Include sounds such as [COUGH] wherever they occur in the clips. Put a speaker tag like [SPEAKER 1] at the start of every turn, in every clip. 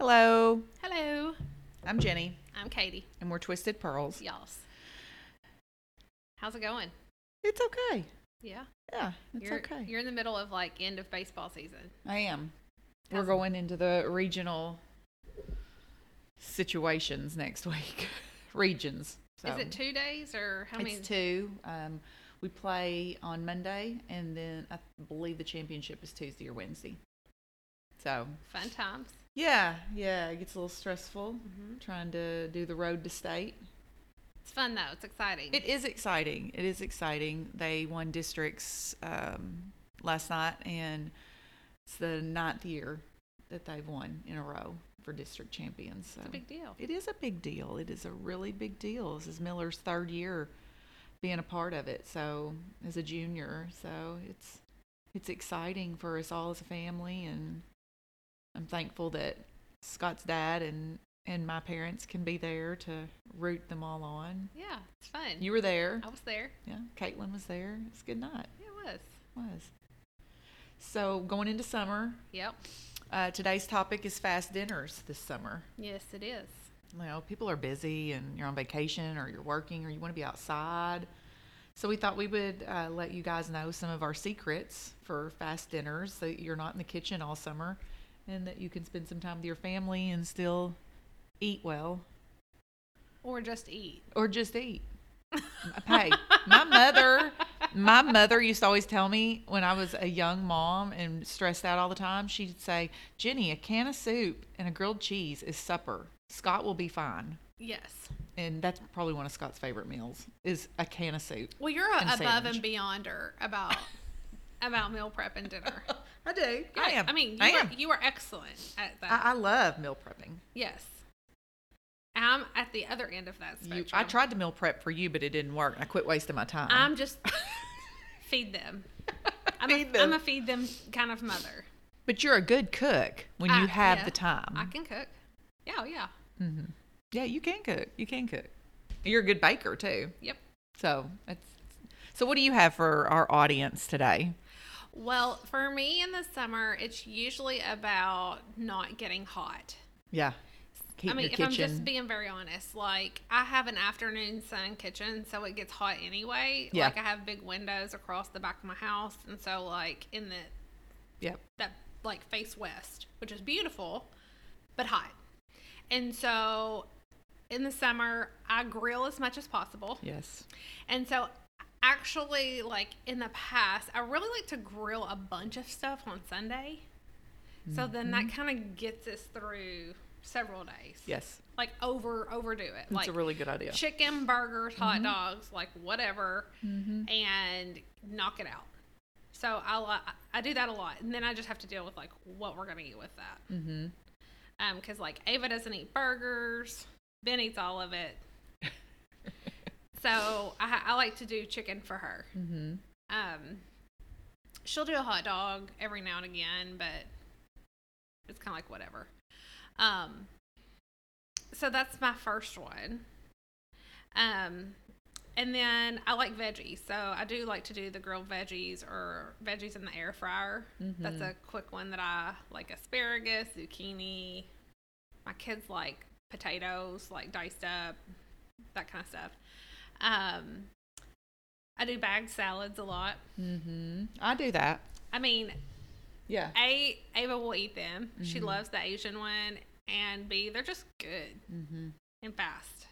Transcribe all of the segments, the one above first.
[SPEAKER 1] Hello,
[SPEAKER 2] Hello,
[SPEAKER 1] I'm Jenny,
[SPEAKER 2] I'm Katie.
[SPEAKER 1] and we're Twisted Pearls.
[SPEAKER 2] Y'alls. How's it going?
[SPEAKER 1] It's okay.
[SPEAKER 2] Yeah.
[SPEAKER 1] Yeah, it's
[SPEAKER 2] you're,
[SPEAKER 1] okay.
[SPEAKER 2] You're in the middle of like end of baseball season.
[SPEAKER 1] I am. We're
[SPEAKER 2] How's-
[SPEAKER 1] going into the regional situations next [LAUGHS] week. Regions. So
[SPEAKER 2] Is it two days or how many?
[SPEAKER 1] It's two. Um, we play on Monday, and then I believe the championship is Tuesday or Wednesday. So
[SPEAKER 2] Fun times.
[SPEAKER 1] yeah, yeah, it gets a little stressful
[SPEAKER 2] Mm-hmm.
[SPEAKER 1] trying to do the road to state.
[SPEAKER 2] It's fun though. It's exciting.
[SPEAKER 1] It is exciting. It is exciting. They won districts um, last night, and it's the ninth year that they've won in a row for district champions. So
[SPEAKER 2] it's a big deal.
[SPEAKER 1] it is a big deal. It is a really big deal. This is Miller's third year being a part of it. So as a junior, so it's it's exciting for us all as a family, and I'm thankful that Scott's dad and and my parents can be there to root them all on.
[SPEAKER 2] Yeah, it's fun.
[SPEAKER 1] You were there.
[SPEAKER 2] I was there.
[SPEAKER 1] Yeah, Caitlin was there. It's a good night.
[SPEAKER 2] Yeah, it was.
[SPEAKER 1] It was. So going into summer,
[SPEAKER 2] Yep.
[SPEAKER 1] uh, today's topic is fast dinners this summer.
[SPEAKER 2] Yes, it is.
[SPEAKER 1] You know, people are busy and you're on vacation or you're working or you want to be outside. So we thought we would uh, let you guys know some of our secrets for fast dinners so that you're not in the kitchen all summer and that you can spend some time with your family and still eat well
[SPEAKER 2] Or just eat.
[SPEAKER 1] or just eat. hey, my mother, my mother used to always tell me when I was a young mom and stressed out all the time, she'd say, "Jenny, a can of soup and a grilled cheese is supper. Scott will be fine."
[SPEAKER 2] Yes.
[SPEAKER 1] And that's probably one of Scott's favorite meals is a can of soup.
[SPEAKER 2] Well, you're a
[SPEAKER 1] And a
[SPEAKER 2] above
[SPEAKER 1] sandwich.
[SPEAKER 2] and beyonder [LAUGHS] about about meal prep and dinner.
[SPEAKER 1] I do. I
[SPEAKER 2] Good.
[SPEAKER 1] am.
[SPEAKER 2] I mean, you
[SPEAKER 1] I
[SPEAKER 2] were,
[SPEAKER 1] am. Uh,
[SPEAKER 2] you were excellent at that.
[SPEAKER 1] I, I love meal prepping.
[SPEAKER 2] yes. I'm at the other end of that spectrum.
[SPEAKER 1] You, I tried to meal prep for you, but it didn't work. I quit wasting my time.
[SPEAKER 2] I'm
[SPEAKER 1] [LAUGHS]
[SPEAKER 2] just feed them. I'm,
[SPEAKER 1] Feed
[SPEAKER 2] a,
[SPEAKER 1] them.
[SPEAKER 2] I'm a feed them kind of mother.
[SPEAKER 1] but you're a good cook when
[SPEAKER 2] I-
[SPEAKER 1] you have
[SPEAKER 2] yeah,
[SPEAKER 1] the time.
[SPEAKER 2] I can cook. Yeah, oh, yeah.
[SPEAKER 1] yeah, you can cook. You can cook. You're a good baker too.
[SPEAKER 2] Yep.
[SPEAKER 1] So that's so. What do you have for our audience today?
[SPEAKER 2] Well, for me in the summer, it's usually about not getting hot.
[SPEAKER 1] Yeah, keep
[SPEAKER 2] I mean,
[SPEAKER 1] your
[SPEAKER 2] if I'm
[SPEAKER 1] kitchen.
[SPEAKER 2] just being very honest, like I have an afternoon sun kitchen, so it gets hot anyway.
[SPEAKER 1] Yeah.
[SPEAKER 2] Like I have big windows across the back of my house, and so like in the
[SPEAKER 1] yep.
[SPEAKER 2] that like face west, which is beautiful, but hot. And so in the summer, I grill as much as possible.
[SPEAKER 1] Yes.
[SPEAKER 2] And so actually like in the past, I really like to grill a bunch of stuff on Sunday. So then that kind of gets us through several days.
[SPEAKER 1] Yes.
[SPEAKER 2] Like over overdo it.
[SPEAKER 1] That's
[SPEAKER 2] like
[SPEAKER 1] a really good idea. Mm-hmm.
[SPEAKER 2] chicken, burgers, hot dogs, like whatever, and knock it out. So I li- I do that a lot, and then I just have to deal with like what we're gonna eat with that.
[SPEAKER 1] Mm.
[SPEAKER 2] Mm-hmm. Um, because like Ava doesn't eat burgers, Ben eats all of
[SPEAKER 1] [LAUGHS]
[SPEAKER 2] it. so I, I like to do chicken for her. Mm-hmm. Um, she'll do a hot dog every now and again, but it's kind of like whatever. Um, so that's my first one. Um, and then I like veggies, so I do like to do the grilled veggies or veggies in the air fryer. That's a quick one that I like asparagus, zucchini. My kids like potatoes, like diced up, that kind of stuff. Um, I do bagged salads a lot.
[SPEAKER 1] Mm-hmm. I do that.
[SPEAKER 2] I mean,
[SPEAKER 1] Yeah.
[SPEAKER 2] a Ava will eat them. She loves the Asian one, and B they're just good
[SPEAKER 1] Mm-hmm.
[SPEAKER 2] and fast.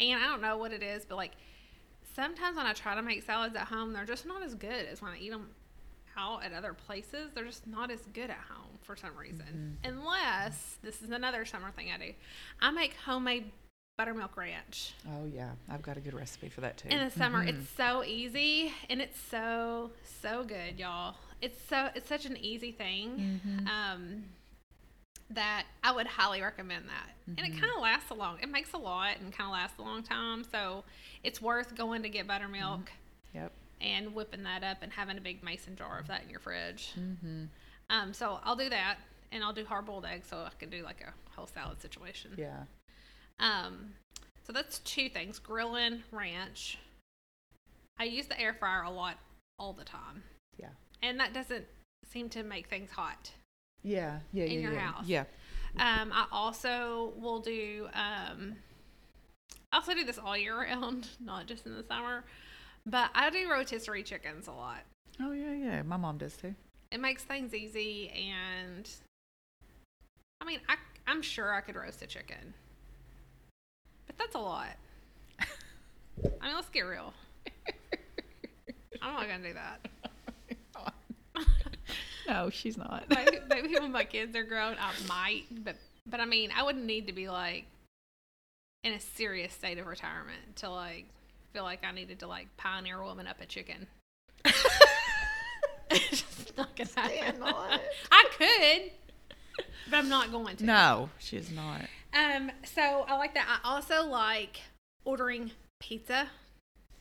[SPEAKER 2] And I don't know what it is, but like sometimes when I try to make salads at home, they're just not as good as when I eat them out at other places. They're just not as good at home for some reason. Unless this is another summer thing I do. I make homemade buttermilk ranch
[SPEAKER 1] Oh yeah. I've got a good recipe for that too.
[SPEAKER 2] in the summer. It's so easy and it's so so good, y'all. It's so it's such an easy thing. Um, that I would highly recommend that. And it kind of lasts a long. It makes a lot and kind of lasts a long time, so it's worth going to get buttermilk
[SPEAKER 1] Yep.
[SPEAKER 2] and whipping that up and having a big mason jar of that in your fridge.
[SPEAKER 1] Mm-hmm.
[SPEAKER 2] Um, so I'll do that, and I'll do hard boiled eggs, so I can do like a whole salad situation.
[SPEAKER 1] Yeah.
[SPEAKER 2] Um, so that's two things: grilling, ranch. I use the air fryer a lot, all the time,
[SPEAKER 1] Yeah.
[SPEAKER 2] and that doesn't seem to make things hot.
[SPEAKER 1] Yeah. Yeah.
[SPEAKER 2] In
[SPEAKER 1] yeah,
[SPEAKER 2] your
[SPEAKER 1] yeah.
[SPEAKER 2] house.
[SPEAKER 1] Yeah.
[SPEAKER 2] Um, I also will do. Um, I also do this all year [LAUGHS] round, not just in the summer. But I do rotisserie chickens a lot.
[SPEAKER 1] Oh yeah, yeah. My mom does too.
[SPEAKER 2] It makes things easy, and I mean, I I'm sure I could roast a chicken, but that's a lot. I mean, let's get real. I'm not gonna do that.
[SPEAKER 1] no, she's not.
[SPEAKER 2] [LAUGHS] Maybe, maybe when my kids are grown, I might, but but I mean, I wouldn't need to be like in a serious state of retirement to like feel like I needed to like pioneer woman up a chicken. [LAUGHS] it's just not gonna happen. I could, but I'm not going to.
[SPEAKER 1] [LAUGHS] no, she's not.
[SPEAKER 2] Um, so I like that. I also like ordering pizza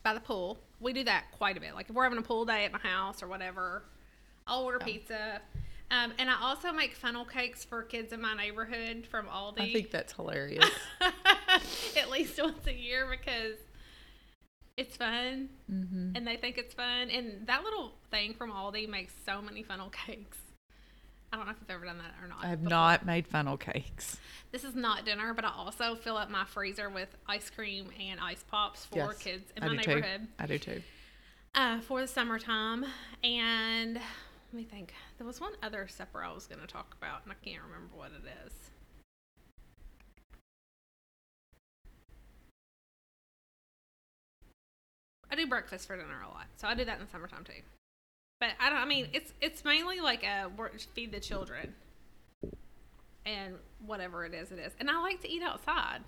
[SPEAKER 2] by the pool. We do that quite a bit. Like if we're having a pool day at my house or whatever, I'll order pizza. Um, and I also make funnel cakes for kids in my neighborhood from Aldi.
[SPEAKER 1] I think that's hilarious.
[SPEAKER 2] [LAUGHS] at least once a year because it's fun
[SPEAKER 1] mm-hmm.
[SPEAKER 2] and they think it's fun. And that little thing from Aldi makes so many funnel [LAUGHS] cakes. I don't know if I've ever done that or not.
[SPEAKER 1] I have
[SPEAKER 2] before.
[SPEAKER 1] not made funnel cakes.
[SPEAKER 2] This is not dinner, but I also fill up my freezer with ice cream and ice pops for
[SPEAKER 1] Yes,
[SPEAKER 2] kids in
[SPEAKER 1] I
[SPEAKER 2] my
[SPEAKER 1] do too.
[SPEAKER 2] neighborhood
[SPEAKER 1] I do too.
[SPEAKER 2] uh, for the summertime. And let me think. There was one other supper I was going to talk about, and I can't remember what it is. I do breakfast for dinner a lot, so I do that in the summertime too. But I don't. I mean, it's it's mainly like a work, feed the children, and whatever it is, it is. And I like to eat outside.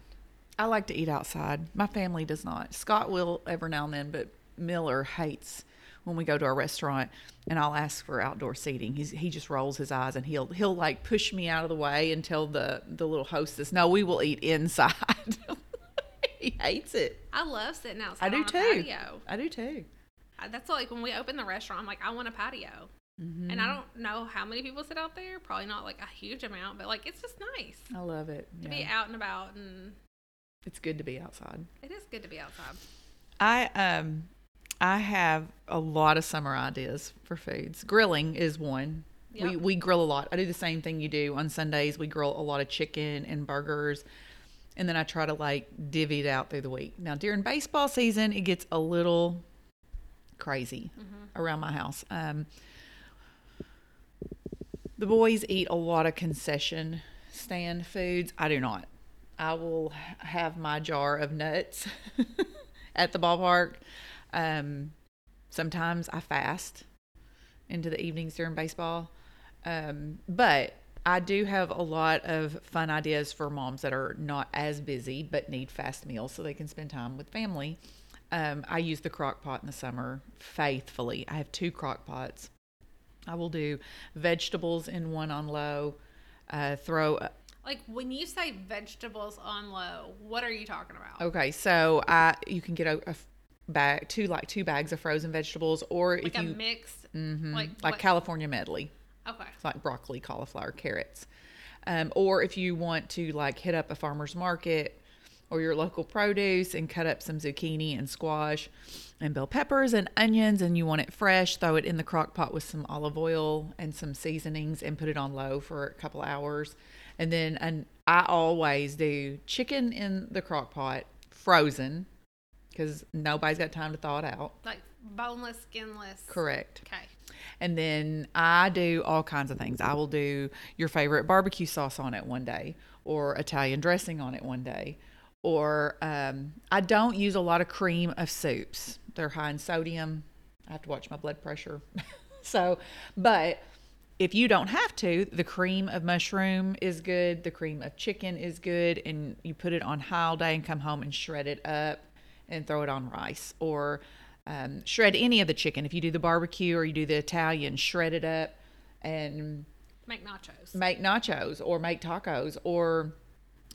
[SPEAKER 1] I like to eat outside. My family does not. Scott will every now and then, but Miller hates when we go to a restaurant and I'll ask for outdoor seating. He's, he just rolls his eyes and he'll he'll like push me out of the way and tell the the little hostess, "No, we will eat inside." [LAUGHS] he hates it.
[SPEAKER 2] I love sitting outside.
[SPEAKER 1] I do
[SPEAKER 2] on a
[SPEAKER 1] too.
[SPEAKER 2] patio.
[SPEAKER 1] I do too.
[SPEAKER 2] I- that's like when we opened the restaurant I'm like i want a patio and
[SPEAKER 1] Mm-hmm.
[SPEAKER 2] i don't know how many people sit out there probably not like a huge amount but like it's just nice
[SPEAKER 1] I love it.
[SPEAKER 2] to
[SPEAKER 1] Yeah.
[SPEAKER 2] be out and about and
[SPEAKER 1] It's good to be outside.
[SPEAKER 2] it is good to be outside
[SPEAKER 1] I um I have a lot of summer ideas for foods. Grilling is one. We
[SPEAKER 2] Yep.
[SPEAKER 1] we grill a lot. I do the same thing you do on Sundays. We grill a lot of chicken and burgers. And then I try to like divvy it out through the week. Now during baseball season, it gets a little crazy around my house. Um, the boys eat a lot of concession stand foods. I do not. I will h- have my jar of nuts [LAUGHS] at the ballpark. Um, sometimes I fast into the evenings during baseball. Um, but I do have a lot of fun ideas for moms that are not as busy but need fast meals so they can spend time with family. Um, I use the crock pot in the summer faithfully. I have two crock pots. I will do vegetables in one on low, uh, throw
[SPEAKER 2] like when you say vegetables on low what are you talking about
[SPEAKER 1] Okay, so I you can get a, a f- bag two like two bags of frozen vegetables, or
[SPEAKER 2] like
[SPEAKER 1] if
[SPEAKER 2] a
[SPEAKER 1] you Mm-hmm.
[SPEAKER 2] mixed like
[SPEAKER 1] like
[SPEAKER 2] what-
[SPEAKER 1] California medley,
[SPEAKER 2] okay
[SPEAKER 1] it's like broccoli, cauliflower, carrots, um, or if you want to like hit up a farmer's market or your local produce and cut up some zucchini and squash and bell peppers and onions and you want it fresh throw it in the crock pot with some olive oil and some seasonings and put it on low for a couple hours and then and i always do chicken in the crock pot frozen because nobody's got time to thaw it out
[SPEAKER 2] like boneless skinless
[SPEAKER 1] correct
[SPEAKER 2] okay
[SPEAKER 1] and then I do all kinds of things. I will do your favorite barbecue sauce on it one day, or Italian dressing on it one day, or um, I don't use a lot of cream of soups. They're high in sodium. I have to watch my blood pressure. [LAUGHS] so, but if you don't have to, the cream of mushroom is good. The cream of chicken is good, and you put it on high all day and come home and shred it up and throw it on rice or um, shred any of the chicken. If you do the barbecue or you do the Italian, shred it up and
[SPEAKER 2] Make nachos.
[SPEAKER 1] make nachos or make tacos or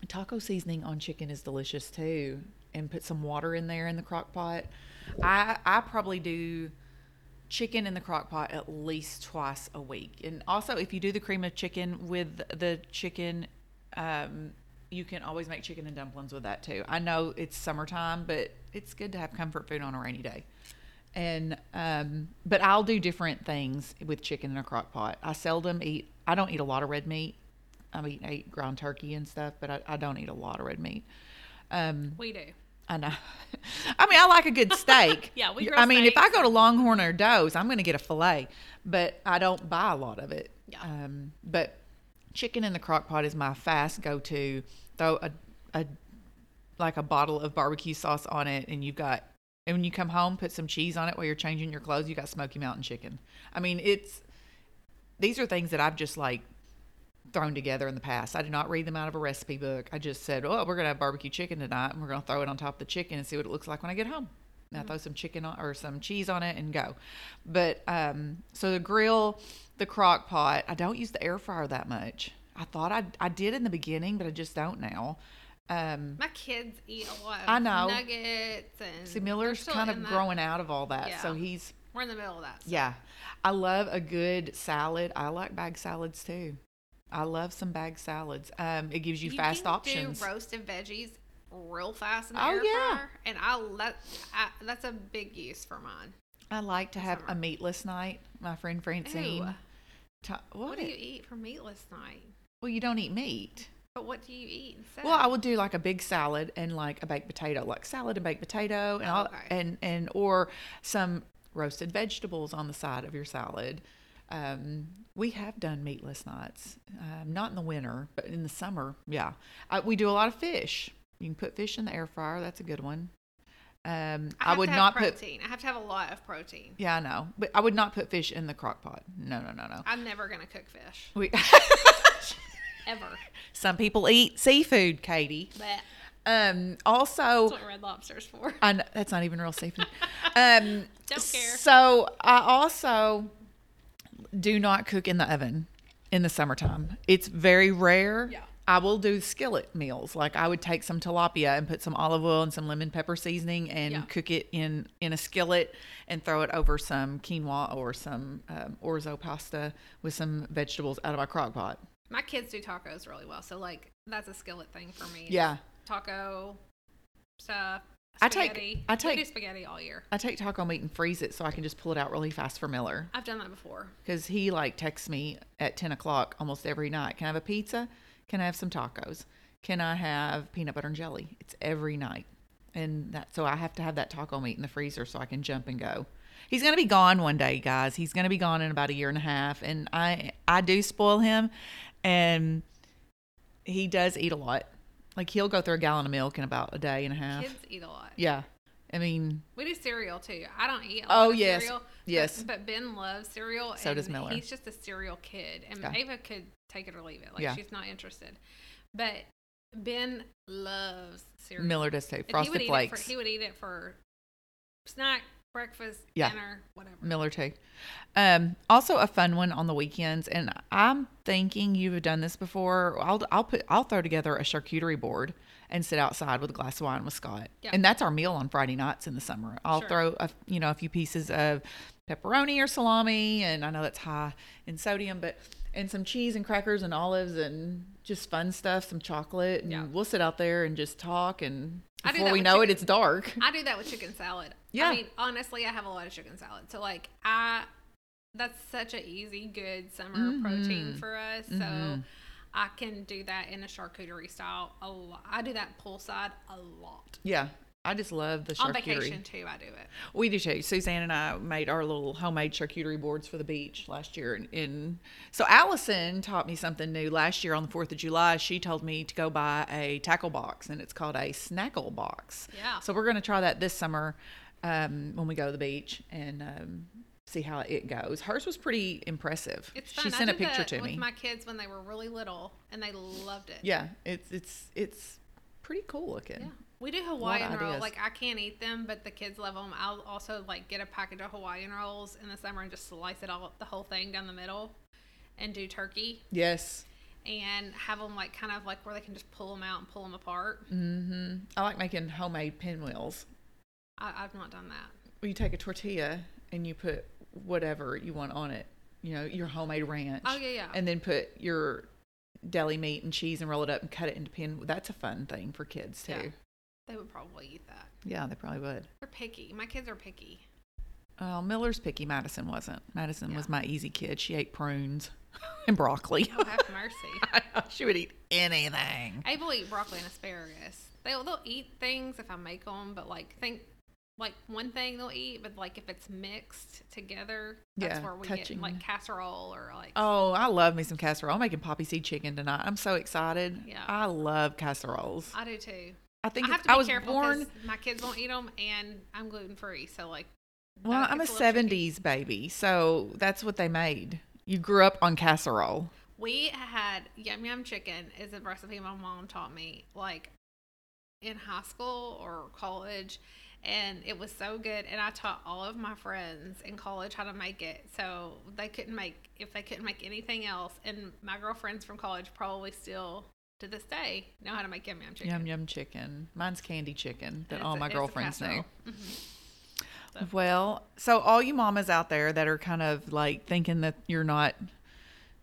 [SPEAKER 1] taco seasoning on chicken is delicious too and put some water in there in the crock pot i i probably do chicken in the crock pot at least twice a week and also if you do the cream of chicken with the chicken um you can always make chicken and dumplings with that too i know it's summertime but it's good to have comfort food on a rainy day and um, but I'll do different things with chicken in a crock pot. I seldom eat. I don't eat a lot of red meat. I mean, I eat ground turkey and stuff, but I, I don't eat a lot of red meat. Um,
[SPEAKER 2] We do.
[SPEAKER 1] I know. [LAUGHS] I mean, I like a good steak.
[SPEAKER 2] [LAUGHS] Yeah, we
[SPEAKER 1] You-
[SPEAKER 2] grow
[SPEAKER 1] I mean, if I
[SPEAKER 2] steaks.
[SPEAKER 1] go to Longhorn or Doe's, I'm going to get a fillet, but I don't buy a lot of it.
[SPEAKER 2] Yeah.
[SPEAKER 1] Um, but chicken in the crock pot is my fast go-to. Throw a, a like a bottle of barbecue sauce on it, and you've got. And when you come home, put some cheese on it while you're changing your clothes. You got Smoky Mountain chicken. I mean, it's these are things that I've just like thrown together in the past. I did not read them out of a recipe book. I just said, "Oh, we're gonna have barbecue chicken tonight, and we're gonna throw it on top of the chicken and see what it looks like when I get home."
[SPEAKER 2] Mm-hmm.
[SPEAKER 1] And I throw some chicken on, or some cheese on it and go. But um, so the grill, the crock pot. I don't use the air fryer that much. I thought I I did in the beginning, but I just don't now. Um,
[SPEAKER 2] My kids eat a lot. Of
[SPEAKER 1] I know.
[SPEAKER 2] nuggets and
[SPEAKER 1] see,
[SPEAKER 2] they're
[SPEAKER 1] Miller's
[SPEAKER 2] Mm, still
[SPEAKER 1] kind
[SPEAKER 2] in
[SPEAKER 1] of
[SPEAKER 2] that-
[SPEAKER 1] growing out of all that, so
[SPEAKER 2] Yeah.
[SPEAKER 1] he's
[SPEAKER 2] We're in the middle of that. so-
[SPEAKER 1] yeah. I love a good salad. I like bag salads too. I love some bag salads. Um, it gives you, fast
[SPEAKER 2] can
[SPEAKER 1] options.
[SPEAKER 2] Do roast and veggies real fast in the
[SPEAKER 1] Oh,
[SPEAKER 2] air
[SPEAKER 1] yeah.
[SPEAKER 2] fryer, and I let I, that's a big use for mine.
[SPEAKER 1] I like to have a
[SPEAKER 2] summer.
[SPEAKER 1] meatless night. My friend Francine.
[SPEAKER 2] Ew.
[SPEAKER 1] ta- what?
[SPEAKER 2] What do you eat for meatless night?
[SPEAKER 1] well, you don't eat meat.
[SPEAKER 2] But what do you eat instead?
[SPEAKER 1] Well, I would do like a big salad and like a baked potato, like salad and baked potato, and
[SPEAKER 2] Oh,
[SPEAKER 1] I'll
[SPEAKER 2] okay.
[SPEAKER 1] and and or some roasted vegetables on the side of your salad. Um, we have done meatless nights, um, not in the winter, but in the summer. Yeah, I, we do a lot of fish. You can put fish in the air fryer. That's a good one. Um, I,
[SPEAKER 2] have
[SPEAKER 1] would
[SPEAKER 2] to have
[SPEAKER 1] not put.
[SPEAKER 2] protein. I have to have a lot of protein.
[SPEAKER 1] Yeah, I know, but I would not put fish in the crock pot. No, no, no, no.
[SPEAKER 2] I'm never gonna cook fish
[SPEAKER 1] We, [LAUGHS]
[SPEAKER 2] ever.
[SPEAKER 1] some people eat seafood, Katie.
[SPEAKER 2] But that's
[SPEAKER 1] Um, also,
[SPEAKER 2] what red lobster's for.
[SPEAKER 1] I know, that's not even real seafood. Um,
[SPEAKER 2] [LAUGHS] Don't care.
[SPEAKER 1] So I also do not cook in the oven in the summertime. It's very rare.
[SPEAKER 2] Yeah.
[SPEAKER 1] I will do skillet meals. Like I would take some tilapia and put some olive oil and some lemon pepper seasoning and
[SPEAKER 2] Yeah.
[SPEAKER 1] cook it in in a skillet and throw it over some quinoa or some um, orzo pasta with some vegetables out of my crock pot.
[SPEAKER 2] My kids do tacos really well, so like that's a skillet thing for me.
[SPEAKER 1] Yeah.
[SPEAKER 2] taco stuff.
[SPEAKER 1] I take-
[SPEAKER 2] spaghetti.
[SPEAKER 1] I
[SPEAKER 2] We
[SPEAKER 1] take-
[SPEAKER 2] do spaghetti all year.
[SPEAKER 1] I take taco meat and freeze it so I can just pull it out really fast for Miller.
[SPEAKER 2] I've done that before.
[SPEAKER 1] because he like texts me at 10 o'clock almost every night can i have a pizza can i have some tacos can i have peanut butter and jelly it's every night and that so i have to have that taco meat in the freezer so i can jump and go he's going to be gone one day guys he's going to be gone in about a year and a half and i i do spoil him and he does eat a lot like he'll go through a gallon of milk in about a day and a half
[SPEAKER 2] Kids eat a lot.
[SPEAKER 1] yeah i mean
[SPEAKER 2] We do cereal too. I don't eat. A
[SPEAKER 1] Oh,
[SPEAKER 2] lot of
[SPEAKER 1] yes.
[SPEAKER 2] cereal, but-
[SPEAKER 1] Yes.
[SPEAKER 2] But, Ben loves cereal.
[SPEAKER 1] So does
[SPEAKER 2] and
[SPEAKER 1] Miller.
[SPEAKER 2] He's just a cereal kid, and
[SPEAKER 1] Okay.
[SPEAKER 2] Ava could take it or leave it. Like
[SPEAKER 1] Yeah.
[SPEAKER 2] she's not interested. But Ben loves cereal.
[SPEAKER 1] miller does too
[SPEAKER 2] And he would
[SPEAKER 1] frosted
[SPEAKER 2] eat
[SPEAKER 1] flakes
[SPEAKER 2] It for, he would eat it for snack, breakfast,
[SPEAKER 1] Yeah.
[SPEAKER 2] dinner, whatever.
[SPEAKER 1] Miller too. Um, also a fun one on the weekends, and I'm thinking you've done this before. I'll I'll put I'll throw together a charcuterie board and sit outside with a glass of wine with Scott,
[SPEAKER 2] Yeah.
[SPEAKER 1] and that's our meal on Friday nights in the summer. I'll
[SPEAKER 2] Sure.
[SPEAKER 1] throw a you know a few pieces of pepperoni or salami, and I know that's high in sodium, but and some cheese and crackers and olives and just fun stuff, some chocolate, and
[SPEAKER 2] Yeah.
[SPEAKER 1] we'll sit out there and just talk. And
[SPEAKER 2] I do
[SPEAKER 1] before
[SPEAKER 2] that
[SPEAKER 1] we
[SPEAKER 2] with
[SPEAKER 1] know it,
[SPEAKER 2] chicken.
[SPEAKER 1] it's dark.
[SPEAKER 2] I do that with chicken salad.
[SPEAKER 1] Yeah.
[SPEAKER 2] I mean, honestly, I have a lot of chicken salad. So like I that's such an easy, good summer
[SPEAKER 1] Mm-hmm.
[SPEAKER 2] protein for us. So I can do that in a charcuterie style a lot. I do that poolside a lot.
[SPEAKER 1] Yeah, I just love the charcuterie.
[SPEAKER 2] On vacation too, I do it.
[SPEAKER 1] We do too. Suzanne and I made our little homemade charcuterie boards for the beach last year. And, and so Allison taught me something new last year on the 4th of July. She told me to go buy a tackle box, and it's called a snackle box.
[SPEAKER 2] Yeah.
[SPEAKER 1] So we're going to try that this summer um, when we go to the beach and um, see how it goes. Hers was pretty impressive.
[SPEAKER 2] It's fun.
[SPEAKER 1] she
[SPEAKER 2] I
[SPEAKER 1] sent a
[SPEAKER 2] did
[SPEAKER 1] picture
[SPEAKER 2] that
[SPEAKER 1] to
[SPEAKER 2] with
[SPEAKER 1] me.
[SPEAKER 2] my kids when they were really little and they loved it.
[SPEAKER 1] yeah, it's it's it's pretty cool looking.
[SPEAKER 2] Yeah. We do Hawaiian
[SPEAKER 1] ideas.
[SPEAKER 2] rolls. Like I can't eat them, but the kids love them. I'll also like get a package of Hawaiian rolls in the summer and just slice it all the whole thing down the middle, and do turkey
[SPEAKER 1] Yes.
[SPEAKER 2] and have them like kind of like where they can just pull them out and pull them apart.
[SPEAKER 1] Mm-hmm. I like making homemade pinwheels.
[SPEAKER 2] I, I've not done that.
[SPEAKER 1] Well, you take a tortilla and you put whatever you want on it. You know, your homemade ranch.
[SPEAKER 2] Oh yeah, yeah.
[SPEAKER 1] And then put your deli meat and cheese and roll it up and cut it into pin. That's a fun thing for kids too.
[SPEAKER 2] Yeah.
[SPEAKER 1] Yeah,
[SPEAKER 2] they would probably eat that.
[SPEAKER 1] they probably would.
[SPEAKER 2] They're picky. My kids are picky.
[SPEAKER 1] Oh, Miller's picky. Madison wasn't. Madison was
[SPEAKER 2] Yeah.
[SPEAKER 1] my easy kid. She ate prunes [LAUGHS] and broccoli. [LAUGHS]
[SPEAKER 2] Oh, have mercy.
[SPEAKER 1] she would eat anything.
[SPEAKER 2] Abel will eat broccoli and asparagus. They'll they'll eat things if I make them, but like think like one thing they'll eat, but like if it's mixed together, that's
[SPEAKER 1] Yeah,
[SPEAKER 2] where we
[SPEAKER 1] touching.
[SPEAKER 2] get like casserole or like
[SPEAKER 1] Oh, I love me some casserole. I'm making poppy seed chicken tonight. I'm so excited.
[SPEAKER 2] Yeah.
[SPEAKER 1] I love casseroles.
[SPEAKER 2] I do too.
[SPEAKER 1] I
[SPEAKER 2] I
[SPEAKER 1] think
[SPEAKER 2] have
[SPEAKER 1] it's-
[SPEAKER 2] to be
[SPEAKER 1] I was
[SPEAKER 2] careful
[SPEAKER 1] born.
[SPEAKER 2] 'cause my kids won't eat them, and I'm gluten free, so like
[SPEAKER 1] Well,
[SPEAKER 2] that
[SPEAKER 1] I'm a
[SPEAKER 2] gets little tricky.
[SPEAKER 1] 70s baby, so that's what they made. You grew up on casserole.
[SPEAKER 2] We had yum yum chicken is a recipe my mom taught me like in high school or college and it was so good and I taught all of my friends in college how to make it. So they couldn't make if they couldn't make anything else and my girlfriends from college probably still to this day know how to make yum yum chicken.
[SPEAKER 1] Yum yum chicken. Mine's candy chicken that
[SPEAKER 2] And
[SPEAKER 1] all
[SPEAKER 2] it's a-
[SPEAKER 1] my
[SPEAKER 2] it's a
[SPEAKER 1] girlfriends know.
[SPEAKER 2] casserole.
[SPEAKER 1] Well, so all you mamas out there that are kind of like thinking that you're not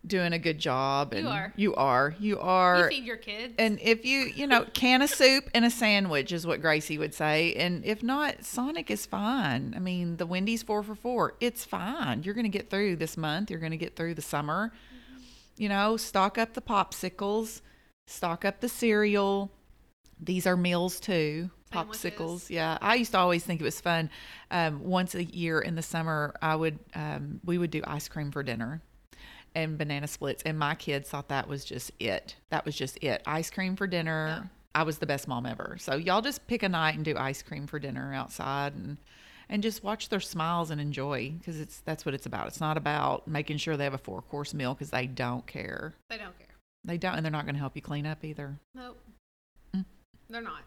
[SPEAKER 1] doing a good job, and
[SPEAKER 2] are.
[SPEAKER 1] you are, you
[SPEAKER 2] You
[SPEAKER 1] are.
[SPEAKER 2] feed your kids.
[SPEAKER 1] and if you, you know, can of soup and a sandwich is what Gracie would say. And if not, Sonic is fine. I mean, the Wendy's four for four, it's fine. You're going to get through this month. You're going to get through the summer. You know, stock up the popsicles, stock up the cereal. These are meals too.
[SPEAKER 2] Sandwiches.
[SPEAKER 1] Popsicles, yeah. I used to always think it was fun. Um, once a year in the summer, I would um, we would do ice cream for dinner and banana splits, and my kids thought that was just it. That was just it. Ice cream for dinner. I was the best mom ever. So y'all just pick a night and do ice cream for dinner outside and and just watch their smiles and enjoy because it's that's what it's about. It's not about making sure they have a four course meal because they don't care.
[SPEAKER 2] they don't care.
[SPEAKER 1] They don't, and they're not going to help you clean up either.
[SPEAKER 2] Nope.
[SPEAKER 1] Mm.
[SPEAKER 2] They're not.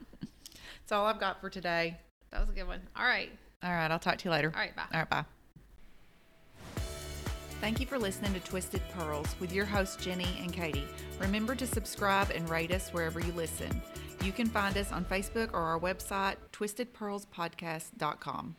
[SPEAKER 1] That's all I've got for today.
[SPEAKER 2] That was a good one. All right.
[SPEAKER 1] All right, I'll talk to you later.
[SPEAKER 2] All right, bye.
[SPEAKER 1] All right, bye. Thank you for listening to Twisted Pearls with your hosts, Jenny and Katie. Remember to subscribe and rate us wherever you listen. You can find us on Facebook or our website, twistedpearlspodcast.com.